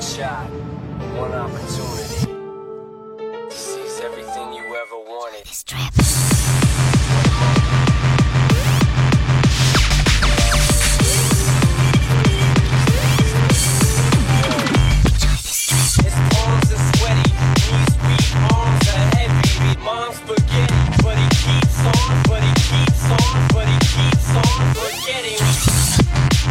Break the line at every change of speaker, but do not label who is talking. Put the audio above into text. shot, one opportunity to seize everything you ever wanted. His palms are sweaty, knees weak, arms are heavy. Mom's spaghetti, but he keeps on, but he keeps on, but he keeps on forgetting.